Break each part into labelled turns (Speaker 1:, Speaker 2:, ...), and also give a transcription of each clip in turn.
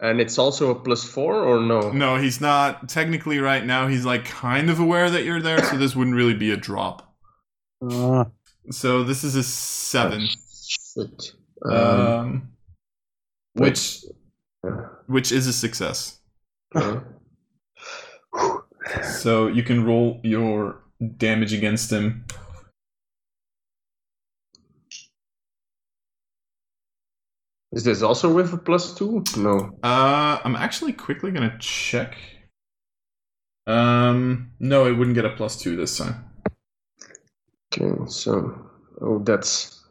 Speaker 1: And it's also a plus four or no?
Speaker 2: No, he's not. Technically, right now, he's like kind of aware that you're there, so this wouldn't really be a drop.
Speaker 3: Uh,
Speaker 2: So this is a seven.
Speaker 1: Oh, Shit.
Speaker 2: Um,
Speaker 1: Um,
Speaker 2: which which is a success.
Speaker 1: uh,
Speaker 2: So you can roll your damage against him.
Speaker 1: is this also with a plus two? No.
Speaker 2: Uh, I'm actually quickly gonna check. Um, no, it wouldn't get a plus two this time.
Speaker 1: Okay, so oh, that's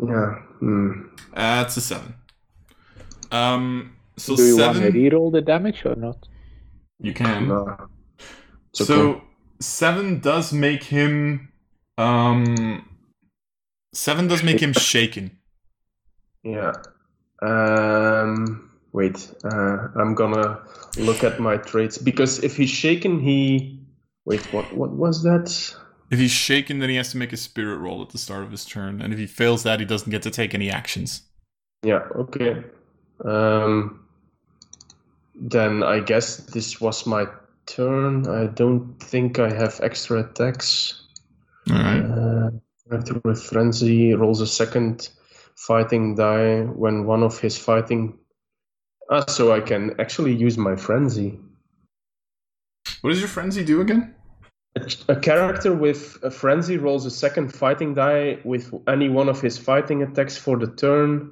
Speaker 1: yeah. Hmm.
Speaker 2: Uh, it's a seven. Um, so
Speaker 3: do you want to
Speaker 2: seven.
Speaker 3: reroll the damage or not?
Speaker 2: You can.
Speaker 1: No. It's okay.
Speaker 2: So seven does make him. Um, seven does make him shaken.
Speaker 1: yeah. Um. Wait. Uh, I'm gonna look at my traits because if he's shaken, he. Wait. What? What was that?
Speaker 2: If he's shaken, then he has to make a spirit roll at the start of his turn, and if he fails that, he doesn't get to take any actions.
Speaker 1: Yeah, okay. Um, then I guess this was my turn. I don't think I have extra attacks.
Speaker 2: All right.
Speaker 1: Uh, after with frenzy, rolls a second fighting die when one of his fighting. Ah, so I can actually use my frenzy.
Speaker 2: What does your frenzy do again?
Speaker 1: A- A character with a frenzy rolls a second fighting die with any one of his fighting attacks for the turn.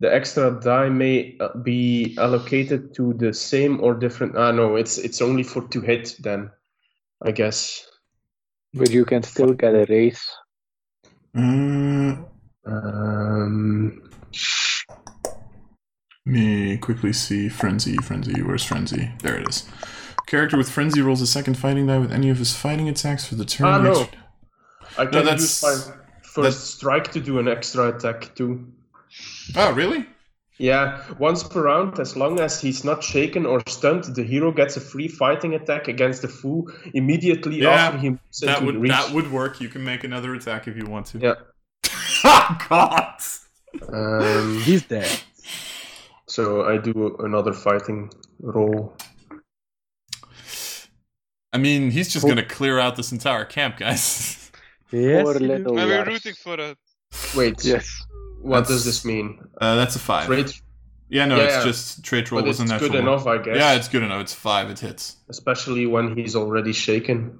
Speaker 1: The extra die may uh, be allocated to the same or different. Ah, no, it's it's only for to hit then, I guess.
Speaker 3: But you can still get a raise.
Speaker 1: Mm.
Speaker 2: Uh,
Speaker 1: Um,
Speaker 2: me quickly see frenzy, frenzy. Where's frenzy? There it is. Character with frenzy rolls a second fighting die with any of his fighting attacks for the turn.
Speaker 1: Ah, no.
Speaker 2: which-
Speaker 1: I can
Speaker 2: that's-
Speaker 1: use my first
Speaker 2: that's-
Speaker 1: strike to do an extra attack too.
Speaker 2: Oh, really?
Speaker 1: Yeah, once per round, as long as he's not shaken or stunned, the hero gets a free fighting attack against the foe immediately
Speaker 2: Yeah,
Speaker 1: after he moves
Speaker 2: that
Speaker 1: into
Speaker 2: would
Speaker 1: reach.
Speaker 2: that would work. You can make another attack if you want to. Oh,
Speaker 1: Yeah.
Speaker 2: God.
Speaker 1: Um,
Speaker 3: He's there.
Speaker 1: so I do another fighting roll.
Speaker 2: I mean, he's just
Speaker 3: Oh.
Speaker 2: gonna clear out this entire camp, guys.
Speaker 4: Yes.
Speaker 3: Poor
Speaker 4: you do.
Speaker 3: little
Speaker 5: Why were
Speaker 3: Lars.
Speaker 5: you rooting for that?
Speaker 1: Oh, Wait,
Speaker 3: Yes.
Speaker 1: what
Speaker 2: That's-
Speaker 1: does this mean?
Speaker 2: Uh, that's a five.
Speaker 1: Trait,
Speaker 2: Yeah, no,
Speaker 1: Yeah,
Speaker 2: it's
Speaker 1: yeah.
Speaker 2: just trait roll
Speaker 1: but it's
Speaker 2: wasn't that
Speaker 1: good enough, I guess.
Speaker 2: Yeah, it's good enough. It's five. It hits.
Speaker 1: especially when he's already shaken.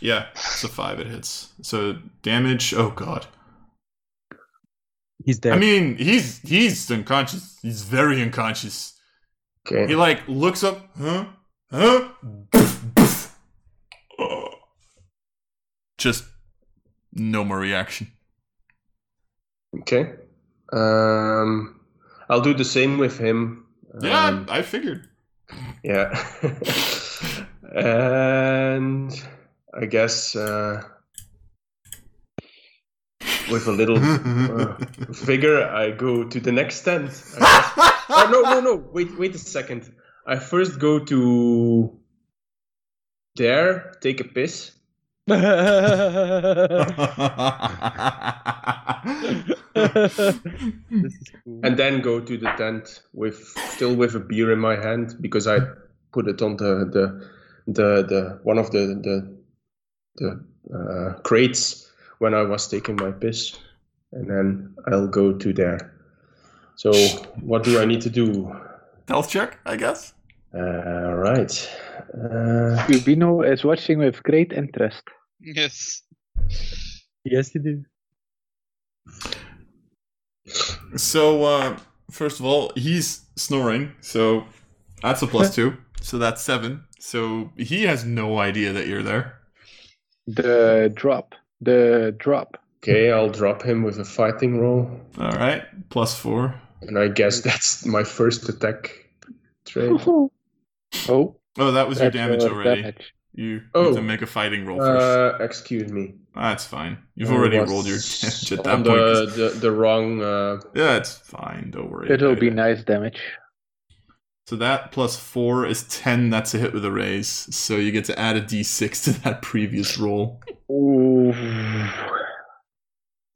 Speaker 2: Yeah, it's a five. It hits. So damage. Oh god.
Speaker 4: He's dead.
Speaker 2: I mean, he's he's unconscious. He's very unconscious.
Speaker 1: Okay.
Speaker 2: He like looks up. Huh? Huh? Pff, pff. Oh. Just no more reaction.
Speaker 1: Okay. Um, I'll do the same with him.
Speaker 2: Yeah,
Speaker 1: Um,
Speaker 2: I figured.
Speaker 1: Yeah. and I guess uh, with a little uh, vigor, I go to the next tent. I guess. oh, no, no, no. Wait, wait a second. I first go to there, take a piss. uh.
Speaker 4: This is cool.
Speaker 1: and then go to the tent with still with a beer in my hand because I put it on the the the, the one of the the, the uh, crates when I was taking my piss, and then I'll go to there. So what do I need to do?
Speaker 2: Health check, I guess.
Speaker 1: Uh, right. Uh,
Speaker 3: Rubino is watching with great interest.
Speaker 5: Yes.
Speaker 4: yes, you do.
Speaker 2: So uh, first of all, he's snoring, so that's a plus two. So that's seven. So he has no idea that you're there.
Speaker 3: The drop. The drop.
Speaker 1: okay, I'll drop him with a fighting roll,
Speaker 2: All right, plus four.
Speaker 1: and I guess that's my first attack trait.
Speaker 3: oh.
Speaker 2: Oh, that was your
Speaker 3: that's uh,
Speaker 2: damage
Speaker 3: your
Speaker 2: already.
Speaker 3: damage.
Speaker 2: You
Speaker 1: Oh.
Speaker 2: need to make a fighting roll first.
Speaker 1: Uh, excuse me.
Speaker 2: That's fine. You've
Speaker 1: I
Speaker 2: already
Speaker 1: was
Speaker 2: rolled your damage at
Speaker 1: on
Speaker 2: that point.
Speaker 1: Oh, The, the, the wrong. Uh,
Speaker 2: Yeah, it's fine. Don't worry.
Speaker 3: It'll
Speaker 2: about
Speaker 3: be
Speaker 2: it.
Speaker 3: nice damage.
Speaker 2: So that plus four is ten. That's a hit with a raise. So you get to add a d6 to that previous roll.
Speaker 3: Ooh.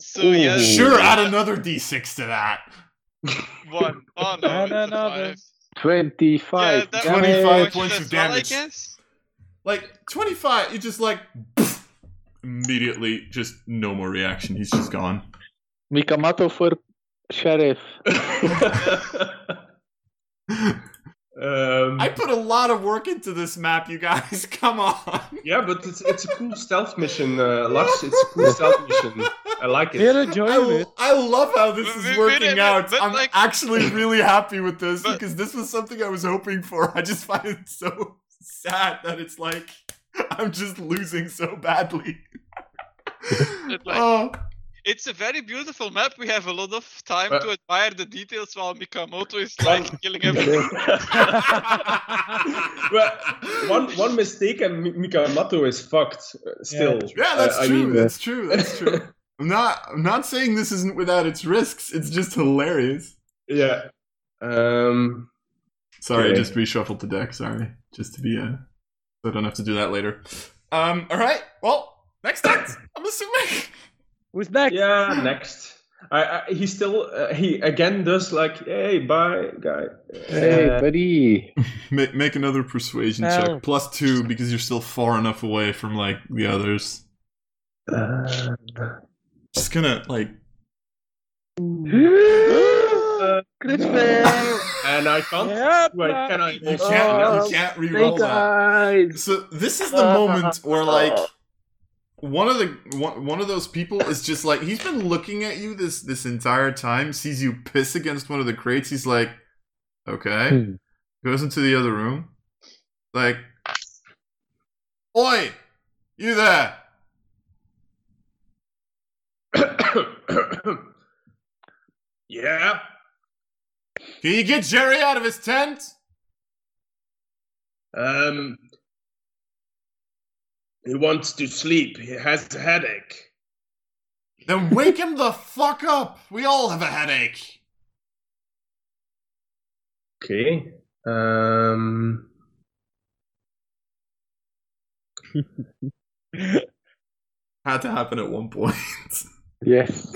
Speaker 5: So yeah.
Speaker 2: Sure, add another d6 to that.
Speaker 5: One. Oh no,
Speaker 4: Add
Speaker 5: it's a
Speaker 4: another.
Speaker 5: five.
Speaker 3: 25.
Speaker 5: that
Speaker 3: damn
Speaker 5: would
Speaker 3: it.
Speaker 5: be
Speaker 2: 25
Speaker 5: fortunate
Speaker 2: points of
Speaker 5: as well,
Speaker 2: damage.
Speaker 5: I guess.
Speaker 2: Like 25, it just like immediately just no more reaction. He's just gone.
Speaker 3: Mikamato for sheriff.
Speaker 1: um,
Speaker 2: I put a lot of work into this map, you guys. Come on.
Speaker 1: yeah, but it's, it's a cool stealth mission, uh, Lars. It's a cool stealth mission. I like it.
Speaker 2: I, l- I love how this
Speaker 5: But-
Speaker 2: is
Speaker 5: but-
Speaker 2: working
Speaker 5: but-
Speaker 2: out.
Speaker 5: but,
Speaker 2: I'm
Speaker 5: like-
Speaker 2: actually really happy with this
Speaker 5: But-
Speaker 2: because this was something I was hoping for. I just find it so sad that it's like I'm just losing so badly.
Speaker 5: It, like-
Speaker 2: oh,
Speaker 5: It's a very beautiful map. We have a lot of time
Speaker 1: But-
Speaker 5: to admire the details while Mikamoto is like killing everyone.
Speaker 1: well, one one mistake and Mi- Mikamato is fucked. uh, Still,
Speaker 2: yeah, that's
Speaker 1: I- I
Speaker 2: true.
Speaker 1: mean,
Speaker 2: that's true. That's true. I'm not. I'm not saying this isn't without its risks. It's just hilarious.
Speaker 1: yeah. Um,
Speaker 2: Sorry, I
Speaker 1: Okay.
Speaker 2: just reshuffled the deck. Sorry, just to be uh, so I don't have to do that later. Um. All right. Well, next act. I'm assuming.
Speaker 4: Who's next?
Speaker 1: yeah, next. I, I he still uh, he again does like hey bye guy.
Speaker 3: Hey,
Speaker 1: Uh,
Speaker 3: buddy.
Speaker 2: Make, make another persuasion
Speaker 1: Oh.
Speaker 4: Ow.
Speaker 2: check plus two because you're still far enough away from like the others.
Speaker 1: uh,
Speaker 2: Just gonna like.
Speaker 3: Crit fail.
Speaker 1: and I can't.
Speaker 4: Yep.
Speaker 1: Wait, can I?
Speaker 2: You can't.
Speaker 1: Oh,
Speaker 2: you can't
Speaker 3: Snake
Speaker 2: reroll that.
Speaker 3: eyes.
Speaker 2: So this is the moment where like one of the one, one of those people is just like he's been looking at you this this entire time, sees you piss against one of the crates, he's like, okay,
Speaker 3: Hmm.
Speaker 2: goes into the other room, like, oi, you there?
Speaker 1: yeah.
Speaker 2: Can you get Jerry out of his tent?
Speaker 1: Um. He wants to sleep. He has a headache.
Speaker 2: Then wake him the fuck up. We all have a headache.
Speaker 1: Okay. Um.
Speaker 2: Had to happen at one point.
Speaker 3: Yes.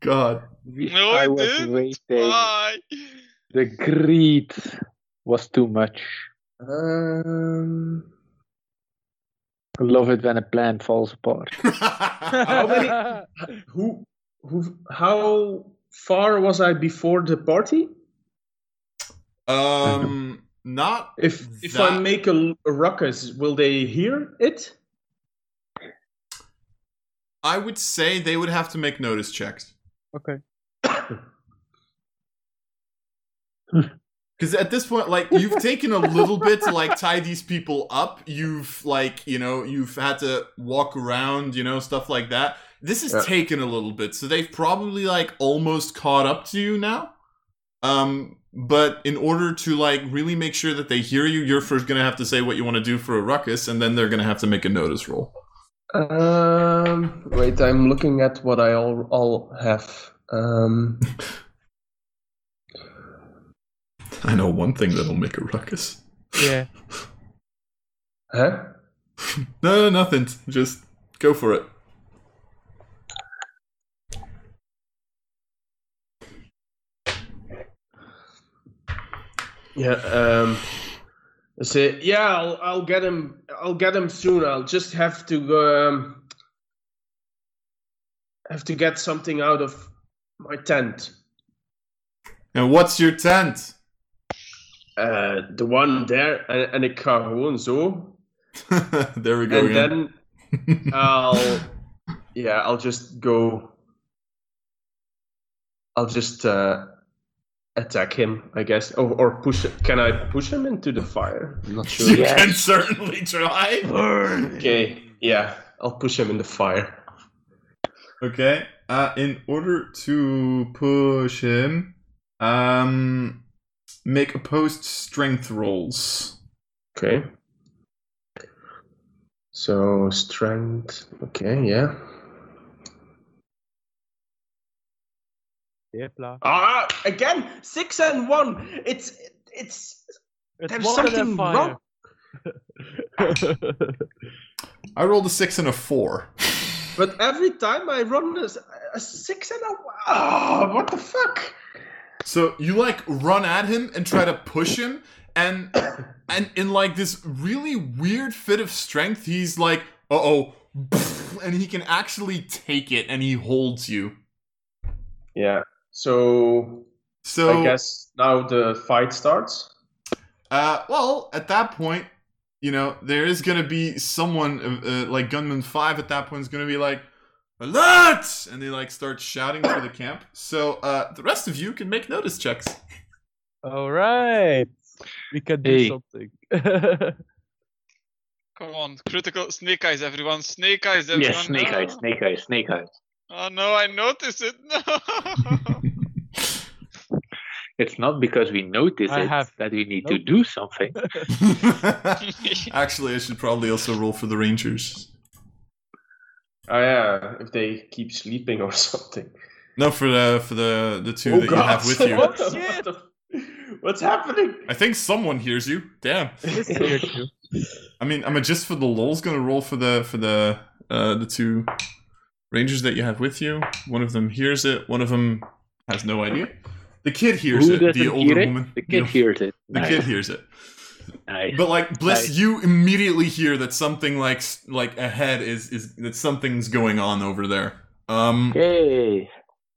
Speaker 2: God.
Speaker 5: No,
Speaker 3: I
Speaker 5: it
Speaker 3: was
Speaker 5: didn't.
Speaker 3: waiting.
Speaker 5: Why?
Speaker 3: The greed was too much.
Speaker 1: Um.
Speaker 3: I love it when a plan falls apart.
Speaker 1: How many- Who? Who? How far was I before the party?
Speaker 2: um, not
Speaker 1: If if I
Speaker 2: That-
Speaker 1: make a, a ruckus, will they hear it?
Speaker 2: I would say they would have to make notice checks.
Speaker 4: Okay.
Speaker 2: Because at this point, like you've taken a little bit to like tie these people up. You've like you know you've had to walk around, you know stuff like that. This has
Speaker 1: Yeah.
Speaker 2: taken a little bit, so they've probably like almost caught up to you now. Um, but in order to like really make sure that they hear you, you're first gonna have to say what you want to do for a ruckus, and then they're gonna have to make a notice roll.
Speaker 1: Um, wait, I'm looking at what I all, all have. Um,
Speaker 2: I know one thing that'll make a ruckus.
Speaker 4: Yeah.
Speaker 1: huh?
Speaker 2: No, no, nothing. Just go for it.
Speaker 1: Yeah. Um, I say, yeah, I'll, I'll get him. I'll get him soon. I'll just have to um, have to get something out of my tent.
Speaker 2: And what's your tent?
Speaker 1: Uh, the one there, and, and a cajon, so,
Speaker 2: there we go.
Speaker 1: and
Speaker 2: again.
Speaker 1: then uh, I'll, yeah, I'll just go. I'll just uh, attack him, I guess, or, or push. Can I push him into the fire? I'm not sure.
Speaker 2: you
Speaker 3: Yes.
Speaker 2: can certainly try.
Speaker 1: Burn. Okay. Yeah, I'll push him in the fire.
Speaker 2: Okay. Uh, in order to push him, um, make opposed strength rolls.
Speaker 1: Okay. So strength. Okay. Yeah.
Speaker 4: Yeah, blah.
Speaker 1: Ah, again, six and one. It's it's.
Speaker 4: It's
Speaker 1: There's
Speaker 4: water
Speaker 1: something
Speaker 4: and
Speaker 1: wrong.
Speaker 2: I rolled a six and a four.
Speaker 1: But every time I run this, a six and a. Oh, what the ah, fuck?
Speaker 2: So you like run at him and try to push him, and and in like this really weird fit of strength, he's like, uh oh, and he can actually take it, and he holds you.
Speaker 1: Yeah. So
Speaker 2: So
Speaker 1: I guess now the fight starts.
Speaker 2: Uh, well, at that point, you know, there is gonna be someone uh, uh, like Gunman Five. At that point, is gonna be like, "Alert!" and they like start shouting through the camp. So uh, the rest of you can make notice checks.
Speaker 4: All right. We can do
Speaker 3: Hey.
Speaker 4: something.
Speaker 5: Come on, critical snake eyes, everyone. Snake eyes, everyone.
Speaker 3: Yes, snake eyes, snake eyes, snake eyes.
Speaker 5: Oh no, I noticed it. No.
Speaker 3: It's not because we notice
Speaker 4: I
Speaker 3: it
Speaker 4: have
Speaker 3: that we need to
Speaker 4: noticed.
Speaker 3: do something.
Speaker 2: Actually, I should probably also roll for the Rangers.
Speaker 1: Ah, yeah, if they keep sleeping or something.
Speaker 2: No, for the for the the two
Speaker 1: Oh,
Speaker 2: that you
Speaker 1: God.
Speaker 2: have with you.
Speaker 1: what the, what the- what's happening?
Speaker 2: I think someone hears you. Damn.
Speaker 4: This is weird, too.
Speaker 2: I mean, I'm just for the lol's gonna roll for the for the uh, the two rangers that you have with you. One of them hears it. One of them has no idea. The kid hears
Speaker 3: Who
Speaker 2: it. The
Speaker 3: doesn't
Speaker 2: older
Speaker 3: hear it?
Speaker 2: woman.
Speaker 3: The
Speaker 2: you
Speaker 3: kid
Speaker 2: know,
Speaker 3: hears it.
Speaker 2: the
Speaker 3: nice.
Speaker 2: kid hears it.
Speaker 3: nice.
Speaker 2: But like Bliss,
Speaker 3: Nice.
Speaker 2: you immediately hear that something like s- like ahead is is that something's going on over there. Um,
Speaker 3: Hey,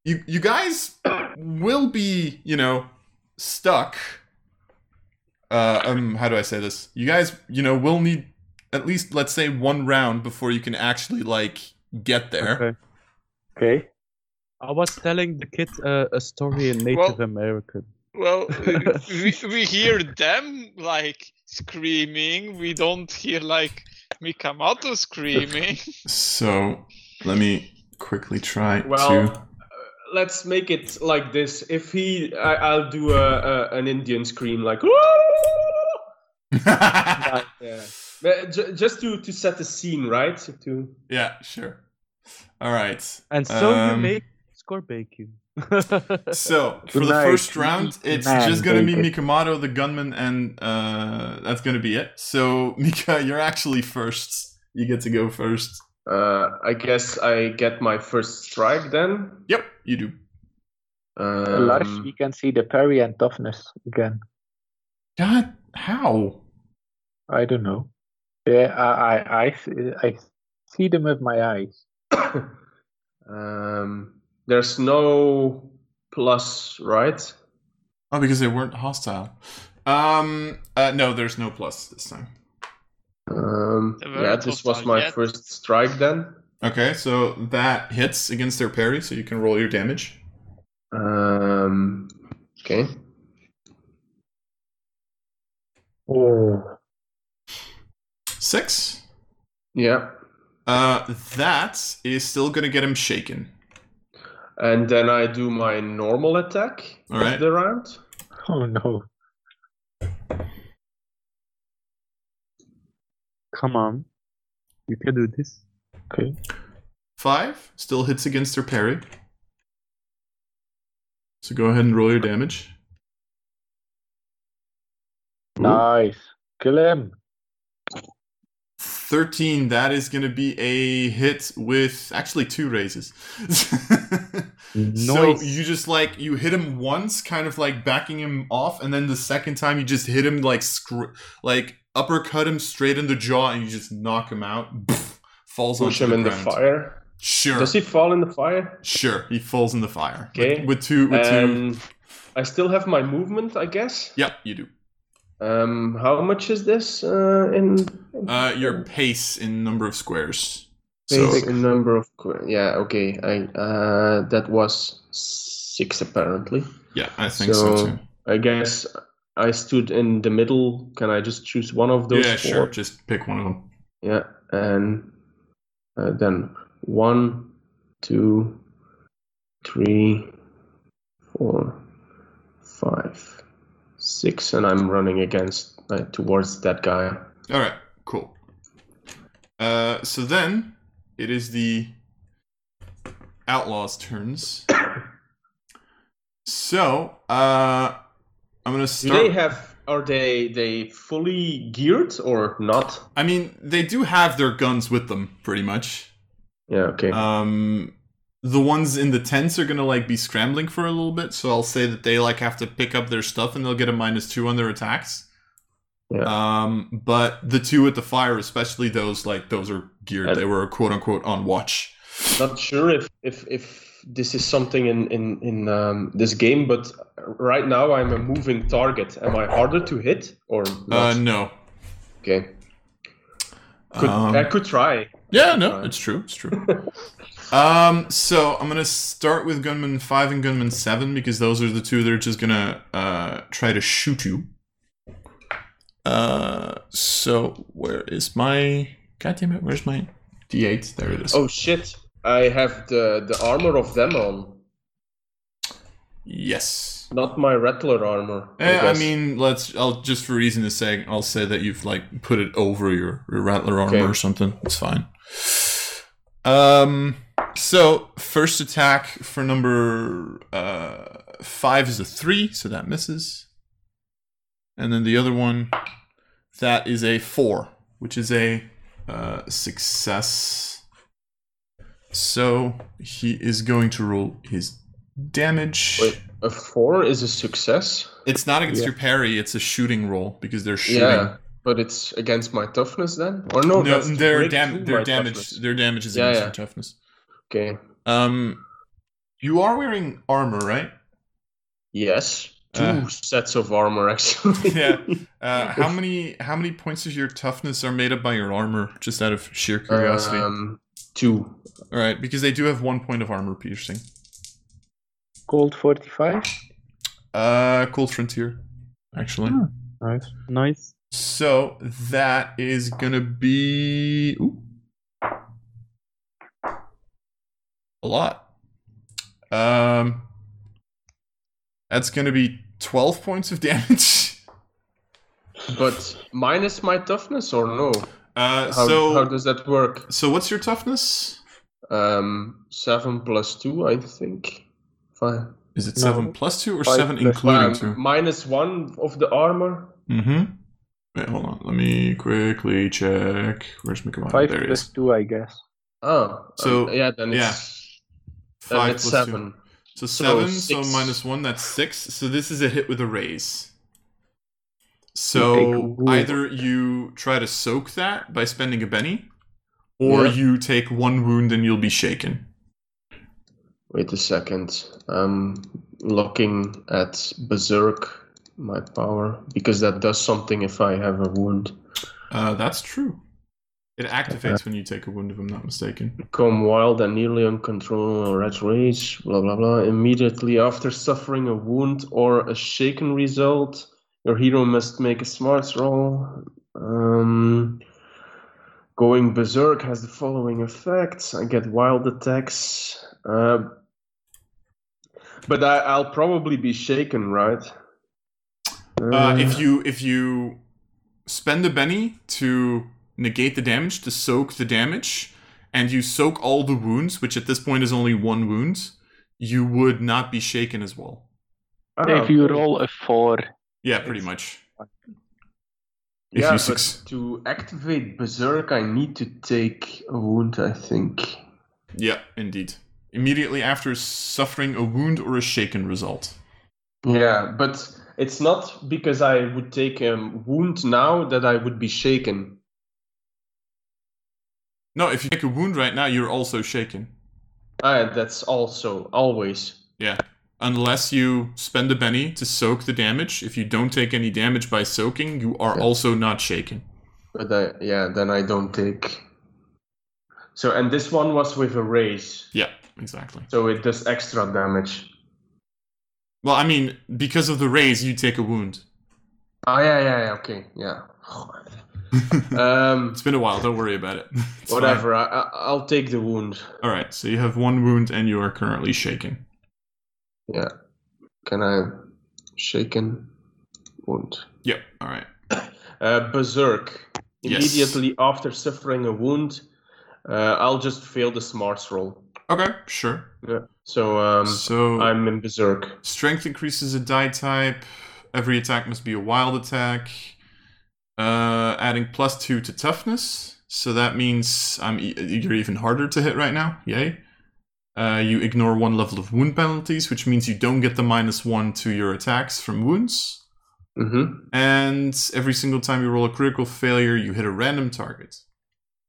Speaker 2: you you guys will be you know stuck uh um how do i say this you guys you know will need at least let's say one round before you can actually like get there
Speaker 4: Okay.
Speaker 3: okay.
Speaker 4: I was telling the kid uh, a story in Native
Speaker 5: Well-
Speaker 4: American.
Speaker 5: well, uh, we, we hear them like screaming. We don't hear like Mikamato screaming.
Speaker 2: so let me quickly try
Speaker 1: Well, uh,
Speaker 2: to
Speaker 1: Let's make it like this. If he, I, I'll do a, a an Indian scream like. "Whoa!" Yeah. But ju- just to to set the scene, right? To
Speaker 2: yeah sure all right
Speaker 4: And so
Speaker 2: Um,
Speaker 4: you make score bacon.
Speaker 2: so for the
Speaker 3: Tonight,
Speaker 2: first round it's
Speaker 3: man,
Speaker 2: just gonna be
Speaker 3: David.
Speaker 2: mikamato the gunman and uh that's gonna be it so mika you're actually first you get to go first
Speaker 1: uh, I guess I get my first strike then.
Speaker 2: Yep, you do.
Speaker 1: Um,
Speaker 3: Lars, you can see the parry and toughness again.
Speaker 2: God, how?
Speaker 3: I don't know. Yeah, I, I, I, see- I see them with my eyes.
Speaker 1: um, there's no plus, right?
Speaker 2: Oh, because they weren't hostile. Um, uh, no, there's no plus this time.
Speaker 1: Um,
Speaker 5: They weren't
Speaker 1: yeah, this was
Speaker 5: hostile
Speaker 1: my
Speaker 5: yet.
Speaker 1: first strike then.
Speaker 2: Okay, so that hits against their parry, so you can roll your damage.
Speaker 1: Um, okay.
Speaker 3: Oh.
Speaker 2: Six.
Speaker 1: Yeah.
Speaker 2: Uh, that is still gonna get him shaken.
Speaker 1: And then I do my normal attack
Speaker 2: All
Speaker 1: of
Speaker 2: right.
Speaker 1: the round.
Speaker 3: oh no.
Speaker 4: Come on. You can do this.
Speaker 3: Okay.
Speaker 2: Five still hits against their parry. So go ahead and roll your damage.
Speaker 3: Nice. Kill him.
Speaker 2: Thirteen. That is gonna be a hit with actually two raises. So
Speaker 4: Noise.
Speaker 2: you just like you hit him once, kind of like backing him off, and then the second time you just hit him like scr- like uppercut him straight in the jaw, and you just knock him out. Pff, falls
Speaker 1: Push
Speaker 2: onto
Speaker 1: him
Speaker 2: the
Speaker 1: in the
Speaker 2: ground.
Speaker 1: fire.
Speaker 2: Sure,
Speaker 1: Does he fall in the fire?
Speaker 2: sure, he falls in the fire.
Speaker 1: Okay. Um,
Speaker 2: with, with two, with two.
Speaker 1: And I still have my movement, I guess.
Speaker 2: Yep, you do.
Speaker 1: Um, how much is this uh, in?
Speaker 2: Uh, your pace in number of squares. So
Speaker 1: Basic number of que- yeah okay I uh that was six apparently
Speaker 2: yeah, I think so,
Speaker 1: So,
Speaker 2: too.
Speaker 1: I guess I stood in the middle can I just choose one of those
Speaker 2: Yeah,
Speaker 1: four?
Speaker 2: sure. Just pick one of them.
Speaker 1: yeah and uh, then one two three four five six and I'm running against uh, towards that guy
Speaker 2: All right, cool. Uh, so then it is the outlaws' turns. so uh, I'm gonna
Speaker 1: do
Speaker 2: start.
Speaker 1: they have are they they fully geared or not
Speaker 2: I mean, they do have their guns with them, pretty much.
Speaker 1: yeah okay
Speaker 2: Um, the ones in the tents are gonna like be scrambling for a little bit, so I'll say that they like have to pick up their stuff and they'll get a minus two on their attacks.
Speaker 1: Yeah.
Speaker 2: Um, but the two at the fire, especially those like those are geared.
Speaker 1: Uh,
Speaker 2: They were quote unquote on watch.
Speaker 1: Not sure if if if this is something in in in um, this game, but right now I'm a moving target. Am I harder to hit or
Speaker 2: Uh,
Speaker 1: not?
Speaker 2: no.
Speaker 1: okay, could,
Speaker 2: Um,
Speaker 1: I could try.
Speaker 2: Yeah, no,
Speaker 1: Fine.
Speaker 2: it's true. It's true. um, so I'm gonna start with Gunman Five and Gunman Seven because those are the two that are just gonna uh, try to shoot you. Uh, so where is my? God damn it! Where's my D8? There it is.
Speaker 1: Oh shit! I have the the armor of them on,
Speaker 2: yes.
Speaker 1: not my rattler armor.
Speaker 2: Eh, I,
Speaker 1: guess.
Speaker 2: mean, let's. I'll just for reason of saying, I'll say that you've like put it over your, your rattler armor
Speaker 1: Okay.
Speaker 2: or something. It's fine. Um. So first attack for number uh five is a three, so that misses. And then the other one, that is a four, which is a uh, success. So he is going to roll his damage.
Speaker 1: Wait, a four is a success.
Speaker 2: It's not against
Speaker 3: Yeah.
Speaker 2: your parry, it's a shooting roll because they're shooting.
Speaker 1: Yeah, but it's against my toughness then, or no?
Speaker 2: no,
Speaker 1: that's
Speaker 2: their
Speaker 1: break
Speaker 2: dam-
Speaker 1: through
Speaker 2: their
Speaker 1: my
Speaker 2: damage
Speaker 1: toughness.
Speaker 2: their damage is
Speaker 1: Yeah,
Speaker 2: against
Speaker 1: yeah.
Speaker 2: your toughness.
Speaker 1: Okay.
Speaker 2: Um you are wearing armor, right?
Speaker 1: Yes. Two
Speaker 2: Uh.
Speaker 1: sets of armor actually.
Speaker 2: Yeah. Uh, how many how many points of your toughness are made up by your armor just out of sheer curiosity?
Speaker 1: Um, two.
Speaker 2: All right, because they do have 1 point of armor piercing.
Speaker 3: Cold 45.
Speaker 2: Oh, Uh cold frontier actually.
Speaker 3: Hmm. Nice.
Speaker 4: Nice.
Speaker 2: So that is gonna be ooh, a lot. Um, that's gonna be twelve points of damage.
Speaker 1: But minus my toughness or no?
Speaker 2: Uh,
Speaker 1: How,
Speaker 2: so
Speaker 1: how does that work?
Speaker 2: so what's your toughness?
Speaker 1: Um, seven plus two, I think. Five.
Speaker 2: Is it
Speaker 3: No.
Speaker 2: seven plus two or
Speaker 3: Five
Speaker 2: seven
Speaker 3: plus
Speaker 2: including
Speaker 1: Um,
Speaker 2: two?
Speaker 1: minus one of the armor.
Speaker 2: Mm-hmm. Wait, hold on. Let me quickly check. Where's my command?
Speaker 3: 5
Speaker 2: There it
Speaker 3: plus
Speaker 2: is.
Speaker 3: 2, I guess.
Speaker 1: Oh.
Speaker 2: So,
Speaker 1: um, yeah, then
Speaker 2: yeah.
Speaker 1: it's, then
Speaker 2: Five
Speaker 1: it's
Speaker 2: plus two.
Speaker 1: seven.
Speaker 2: So
Speaker 1: So
Speaker 2: seven, so
Speaker 1: six.
Speaker 2: minus one, that's six. So this is a hit with a raise.
Speaker 3: You
Speaker 2: So
Speaker 3: take one.
Speaker 2: either you try to soak that by spending a penny, or
Speaker 1: Yeah.
Speaker 2: you take one wound and you'll be shaken.
Speaker 1: Wait a second. I'm looking at Berserk, my power, because that does something if I have a wound.
Speaker 2: Uh, that's true. It
Speaker 1: Uh,
Speaker 2: activates when you take a wound, if I'm not mistaken.
Speaker 1: Become wild and nearly uncontrollable red rage, blah blah blah. Immediately after suffering a wound or a shaken result, your hero must make a smart roll. Um, going berserk has the following effects: I get wild attacks, uh, but I, I'll probably be shaken, right?
Speaker 2: Uh, if you if you spend a penny to negate the damage, to soak the damage, and you soak all the wounds, which at this point is only one wound, you would not be shaken as well.
Speaker 1: Ah,
Speaker 3: if you
Speaker 1: okay.
Speaker 3: roll a 4,
Speaker 2: Yeah, pretty much. If
Speaker 1: yeah,
Speaker 2: you
Speaker 1: but
Speaker 2: suc-
Speaker 1: to activate berserk, I need to take a wound. I think.
Speaker 2: Yeah, indeed. Immediately after suffering a wound or a shaken result.
Speaker 1: Yeah, but it's not because I would take a wound now that I would be shaken.
Speaker 2: No, if you take a wound right now, you're also shaken.
Speaker 1: Ah, that's also always.
Speaker 2: Yeah. Unless you spend a penny to soak the damage. If you don't take any damage by soaking, you are also not shaken.
Speaker 1: But I, yeah, then I don't take. So and this one was with a raise,
Speaker 2: Yeah, exactly.
Speaker 1: so it does extra damage.
Speaker 2: Well, I mean, because of the raise, you take a wound.
Speaker 1: Ah, yeah, yeah, yeah. Okay, yeah. um,
Speaker 2: It's been a while. Don't worry about it. It's fine.
Speaker 1: whatever. I, I, I'll take the wound.
Speaker 2: All right. So you have one wound and you are currently shaken.
Speaker 1: Yeah. Can I shaken wound?
Speaker 2: Yep. All right.
Speaker 1: Uh, berserk.
Speaker 2: Yes.
Speaker 1: Immediately after suffering a wound, uh, I'll just fail the smarts roll.
Speaker 2: Okay. Sure.
Speaker 1: Yeah. So um,
Speaker 2: so
Speaker 1: I'm in berserk.
Speaker 2: Strength increases a die type. Every attack must be a wild attack. Uh, adding plus two to toughness, so that means I'm e- you're even harder to hit right now. Yay! Uh, you ignore one level of wound penalties, which means you don't get the minus one to your attacks from wounds.
Speaker 1: Mm-hmm.
Speaker 2: And every single time you roll a critical failure, you hit a random target.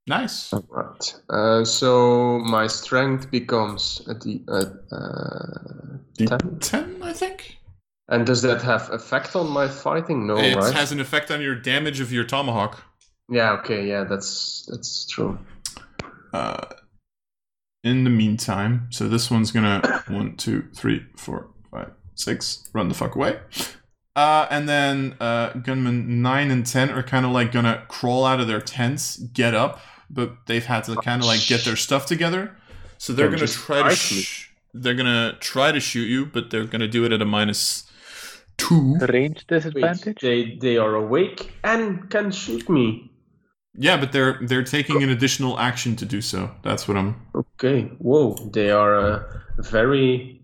Speaker 2: Nice.
Speaker 1: Right. Uh, so my strength becomes at the uh, uh, ten,
Speaker 2: Ten, I think.
Speaker 1: and does that have effect on my fighting? No,
Speaker 2: it
Speaker 1: right?
Speaker 2: has an effect on your damage of your tomahawk.
Speaker 1: yeah. Okay. Yeah. That's that's true.
Speaker 2: Uh, in the meantime, so this one's gonna one, two, three, four, five, six, run the fuck away. Uh, and then uh, gunmen nine and ten are kind of like gonna crawl out of their tents, get up, but they've had to kind of like get their stuff together. So they're
Speaker 1: Don't
Speaker 2: gonna
Speaker 1: just
Speaker 2: try to
Speaker 1: fight
Speaker 2: sh- they're gonna try to shoot you, but they're gonna do it at a minus two.
Speaker 3: Range
Speaker 1: Wait,
Speaker 3: disadvantage?
Speaker 1: they they are awake and can shoot me.
Speaker 2: Yeah, but they're they're taking an additional action to do so. That's what I'm
Speaker 1: Okay. Whoa. They are uh, very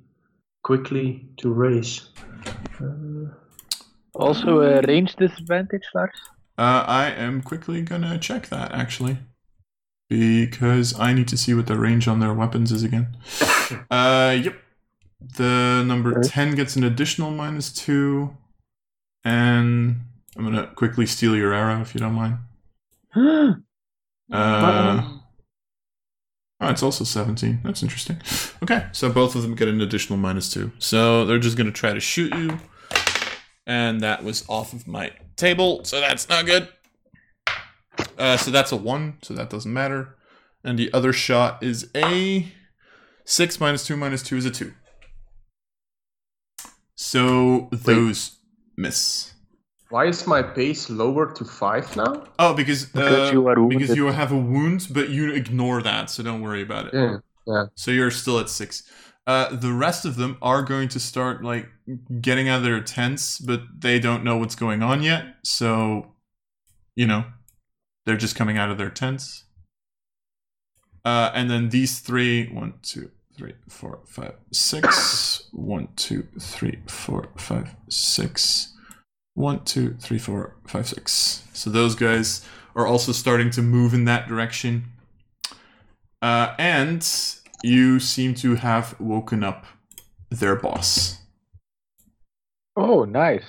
Speaker 1: quickly to race.
Speaker 3: Also a range disadvantage, Lars?
Speaker 2: Uh, I am quickly gonna check that actually, because I need to see what the range on their weapons is again. uh, yep. The number
Speaker 3: Okay.
Speaker 2: ten gets an additional minus two, and I'm gonna quickly steal your arrow if you don't mind. Uh, oh, it's also seventeen. That's interesting. Okay, so both of them get an additional minus two. So they're just gonna try to shoot you, and that was off of my table, so that's not good. Uh, so that's a one, so that doesn't matter. And the other shot is a six minus two minus two is a two. So those miss.
Speaker 1: Why is my pace lower to five now?
Speaker 2: Oh, because
Speaker 3: Because
Speaker 2: uh,
Speaker 3: you are
Speaker 2: because
Speaker 3: wounded.
Speaker 2: you have a wound, but you ignore that, so don't worry about it.
Speaker 1: Yeah.
Speaker 2: So you're still at six. Uh, the rest of them are going to start like getting out of their tents, but they don't know what's going on yet. So, you know, they're just coming out of their tents. Uh, and then these three one, two, three, four, five, six. One, two, three, four, five, six. One, two, three, four, five, six. So those guys are also starting to move in that direction. Uh, and you seem to have woken up their boss.
Speaker 3: Oh, nice.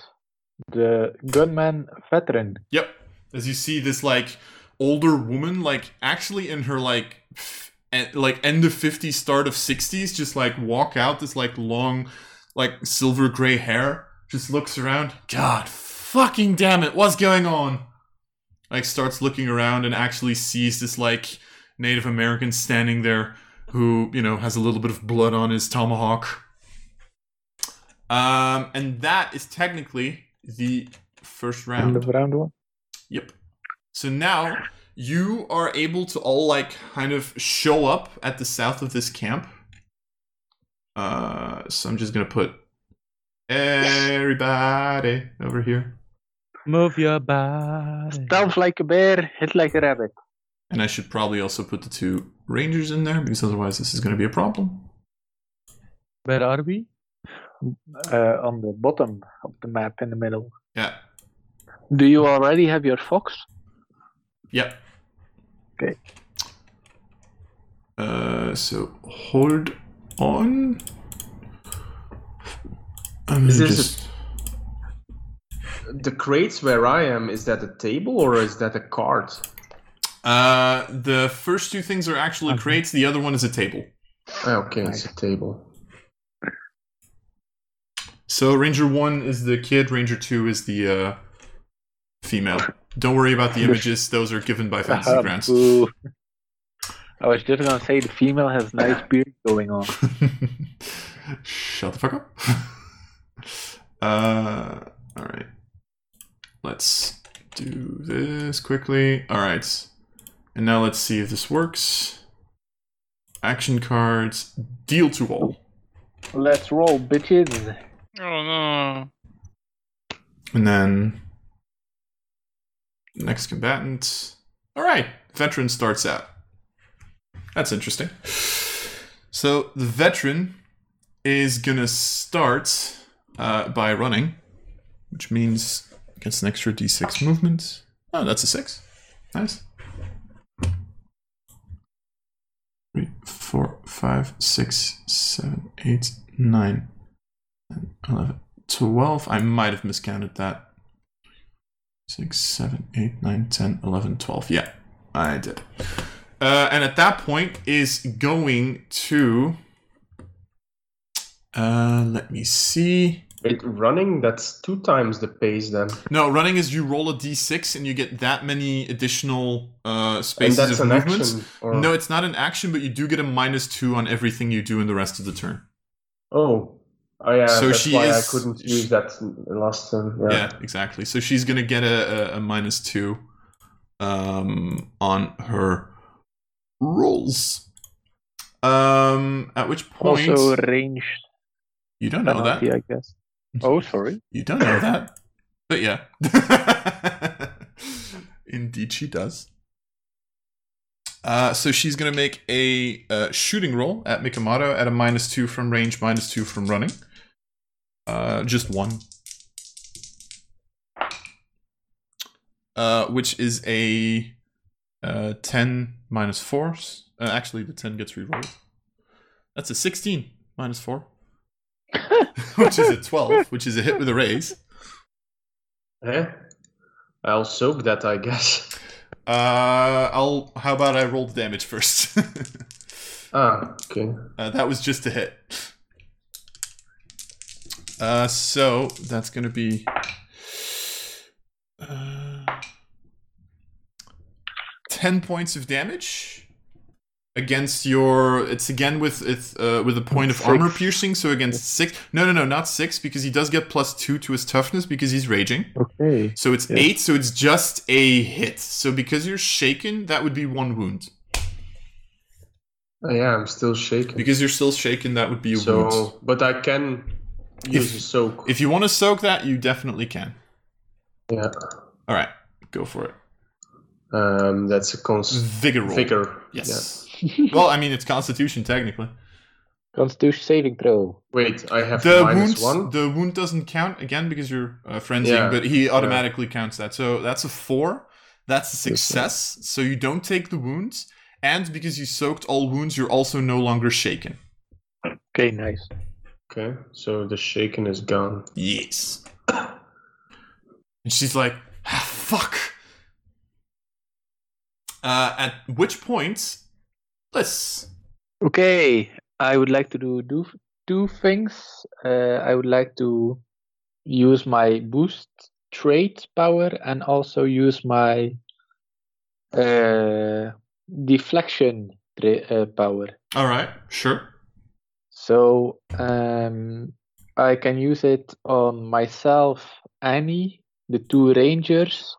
Speaker 3: The gunman veteran.
Speaker 2: Yep. As you see this like older woman, like actually in her like f- en- like end of 50s, start of 60s, just like walk out this like long, like silver gray hair, just looks around. God fucking damn it, what's going on? Like starts looking around and actually sees this like Native American standing there who, you know, has a little bit of blood on his tomahawk. Um, and that is technically the first round.
Speaker 3: End of round one.
Speaker 2: Yep. So now you are able to all like kind of show up at the south of this camp. Uh, so I'm just gonna put everybody over here,
Speaker 4: Move your body.
Speaker 3: Stealth like a bear, hit like a rabbit.
Speaker 2: and I should probably also put the two rangers in there because otherwise this is gonna be a problem.
Speaker 4: Where are we?
Speaker 3: Uh, on the bottom of the map in the middle.
Speaker 2: Yeah.
Speaker 3: Do you already have your fox?
Speaker 2: Yep.
Speaker 3: Okay.
Speaker 2: Uh, so hold on. I'm
Speaker 1: Is this
Speaker 2: gonna
Speaker 1: a-
Speaker 2: just.
Speaker 1: The crates where I am is that a table or is that a cart?
Speaker 2: Uh, the first two things are actually
Speaker 3: Okay.
Speaker 2: crates. The other one is a table.
Speaker 1: Ah, Okay, it's a table.
Speaker 2: So Ranger One is the kid. Ranger Two is the uh, female. Don't worry about the images; those are given by Fantasy
Speaker 3: Ah,
Speaker 2: Grounds.
Speaker 3: boo. I was just gonna say the female has nice beard going on.
Speaker 2: Shut the fuck up. uh, all right. Let's do this quickly. All right. And now let's see if this works. Action cards. Deal to all.
Speaker 3: Let's roll, bitches.
Speaker 5: Oh no.
Speaker 2: And then next combatant. All right, veteran starts out. That's interesting. So the veteran is gonna start uh, by running, which means gets an extra d6 movement. Oh, that's a six. Nice. Three, four, five, six. five, six, seven, eight, nine, 10, 11, 12. I might have miscounted that. Six, seven, eight, nine, 10, 11, 12. Yeah, I did. Uh, and at that point is going to. Uh, let me see.
Speaker 1: Wait, running, that's two times the pace then.
Speaker 2: No, running is you roll a d6 and you get that many additional uh,
Speaker 1: And
Speaker 2: spaces
Speaker 1: that's
Speaker 2: of
Speaker 1: an
Speaker 2: movement.
Speaker 1: action. Or...
Speaker 2: No, it's not an action, but you do get a minus two on everything you do in the rest of the turn.
Speaker 1: Oh, oh yeah.
Speaker 2: So
Speaker 1: that's
Speaker 2: she
Speaker 1: why
Speaker 2: is-
Speaker 1: I couldn't
Speaker 2: she-
Speaker 1: use that last time. Yeah.
Speaker 2: Yeah, exactly. So she's gonna get a, a, a minus two um, on her rolls. Um, at which point
Speaker 3: Also uh, ranged
Speaker 2: you don't know that.
Speaker 3: penalty, I guess. Oh, sorry.
Speaker 2: You don't know that, but yeah. Indeed, she does. Uh, so she's gonna make a uh, shooting roll at Mikamato at a minus two from range, minus two from running. Uh, just one. Uh, which is a uh, ten minus four. S- Uh, actually, the ten gets rerolled. That's a sixteen minus four, which is a twelve, which is a hit with a raise.
Speaker 1: Eh? I'll soak that, I guess.
Speaker 2: Uh, I'll. How about I roll the damage first?
Speaker 1: Ah, okay.
Speaker 2: uh, that was just a hit. Uh, so that's gonna be. Uh, 10 points of damage against your it's again with it's uh, with a point of
Speaker 3: Six.
Speaker 2: armor piercing so against 6 no no no not 6 because he does get plus 2 to his toughness because he's raging
Speaker 3: Okay.
Speaker 2: So it's
Speaker 3: Yeah.
Speaker 2: eight, so it's just a hit. So because you're shaken, that would be one wound.
Speaker 1: Ah, yeah, I'm still shaking.
Speaker 2: Because you're still shaken, that would be a wound.
Speaker 1: so, but I can use a soak.
Speaker 2: If you want to soak that, you definitely can.
Speaker 1: yeah.
Speaker 2: All right, go for it.
Speaker 1: Um, that's a cons.
Speaker 2: Vigor roll.
Speaker 1: Vigor. Yeah.
Speaker 2: Yes. well, I mean, it's Constitution technically.
Speaker 3: Constitution saving throw.
Speaker 1: Wait, I have
Speaker 2: The wound,
Speaker 1: minus one.
Speaker 2: the wound doesn't count again because you're uh, frenzied,
Speaker 1: Yeah,
Speaker 2: but he automatically counts that. So that's a four. That's a success. So you don't take the wounds, and because you soaked all wounds, you're also no longer shaken.
Speaker 3: Okay, nice.
Speaker 1: Okay, so the shaken is gone.
Speaker 2: Yes. And she's like, ah, fuck. Uh, at which point, Bliss.
Speaker 3: Okay, I would like to do do two things. Uh, I would like to use my boost trait power and also use my uh, deflection tra- uh, power.
Speaker 2: All right, sure.
Speaker 3: So um, I can use it on myself, Annie, the two rangers,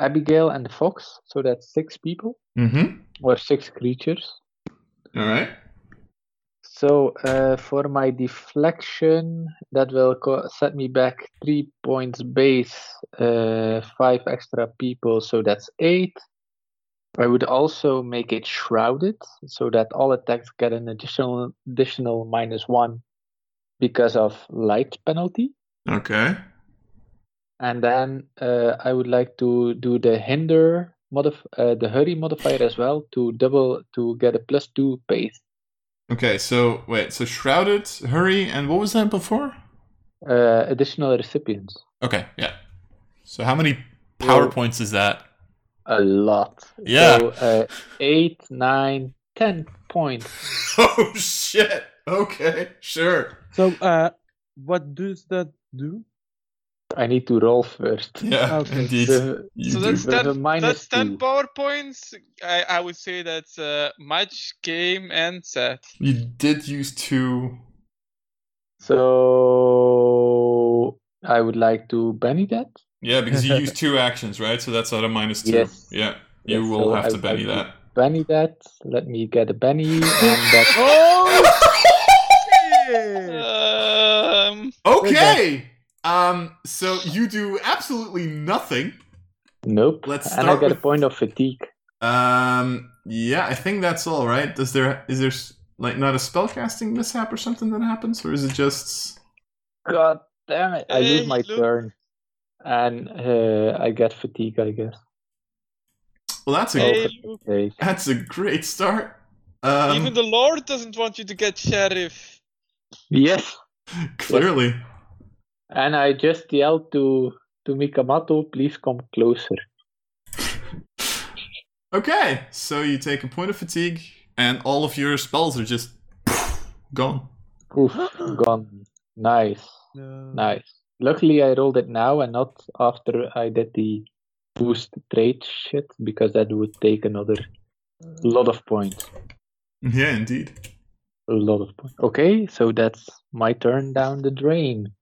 Speaker 3: Abigail, and the fox. So that's six people
Speaker 2: Mm-hmm.
Speaker 3: or six creatures.
Speaker 2: All right.
Speaker 3: So uh, for my deflection, that will co- set me back three points base, uh, five extra people, so that's eight. I would also make it shrouded, so that all attacks get an additional additional minus one because of light penalty.
Speaker 2: Okay.
Speaker 3: And then uh, I would like to do the hinder modif- uh, the hurry modifier as well to double to get a plus two pace.
Speaker 2: Okay, so wait, so shrouded, hurry, and what was that before?
Speaker 3: Uh, additional recipients.
Speaker 2: Okay, yeah. So how many power
Speaker 3: Well-
Speaker 2: points is that?
Speaker 3: A lot.
Speaker 2: Yeah.
Speaker 3: So, uh, eight, nine, ten points.
Speaker 2: oh shit. Okay, sure.
Speaker 4: So, uh, what does that do?
Speaker 3: I need to roll first.
Speaker 2: Yeah,
Speaker 4: Okay.
Speaker 2: indeed.
Speaker 3: The-
Speaker 2: You
Speaker 5: so
Speaker 2: do.
Speaker 5: that's
Speaker 3: We have a
Speaker 5: ten,
Speaker 3: minus
Speaker 5: that's 10
Speaker 3: two.
Speaker 5: PowerPoints. I, I would say that's a match, game, and set.
Speaker 2: you did use two.
Speaker 3: so I would like to banny that.
Speaker 2: Yeah, because you used two actions, right? So that's at a minus two.
Speaker 3: Yes.
Speaker 2: Yeah, you
Speaker 3: Yes,
Speaker 2: will
Speaker 3: so
Speaker 2: have
Speaker 3: I-
Speaker 2: to
Speaker 3: I
Speaker 2: Benny
Speaker 3: do.
Speaker 2: that.
Speaker 3: Banny that. Let me get a banny. and that.
Speaker 5: Oh. Um,
Speaker 2: okay. Um. So you do absolutely nothing.
Speaker 3: Nope.
Speaker 2: Let's
Speaker 3: and I
Speaker 2: start
Speaker 3: get
Speaker 2: with-
Speaker 3: a point of fatigue.
Speaker 2: Um. Yeah, I think that's all right. Does there is there s- like not a spellcasting mishap or something that happens, or is it just?
Speaker 3: God damn it. I lose
Speaker 5: Hey,
Speaker 3: my
Speaker 5: look.
Speaker 3: turn. And uh, I get fatigue, I guess.
Speaker 2: Well, that's a
Speaker 5: hey,
Speaker 3: Okay.
Speaker 2: that's a great start. Um,
Speaker 5: Even the Lord doesn't want you to get sheriff.
Speaker 3: Yes.
Speaker 2: clearly.
Speaker 3: And I just yelled to to Mikamato, please come closer.
Speaker 2: Okay, so you take a point of fatigue, and all of your spells are just gone.
Speaker 3: Oof, gone. Nice,
Speaker 4: Uh,
Speaker 3: nice. Luckily, I rolled it now and not after I did the boost trade shit because that would take another lot of points.
Speaker 2: Yeah, indeed.
Speaker 3: A lot of points. Okay, so that's my turn down the drain.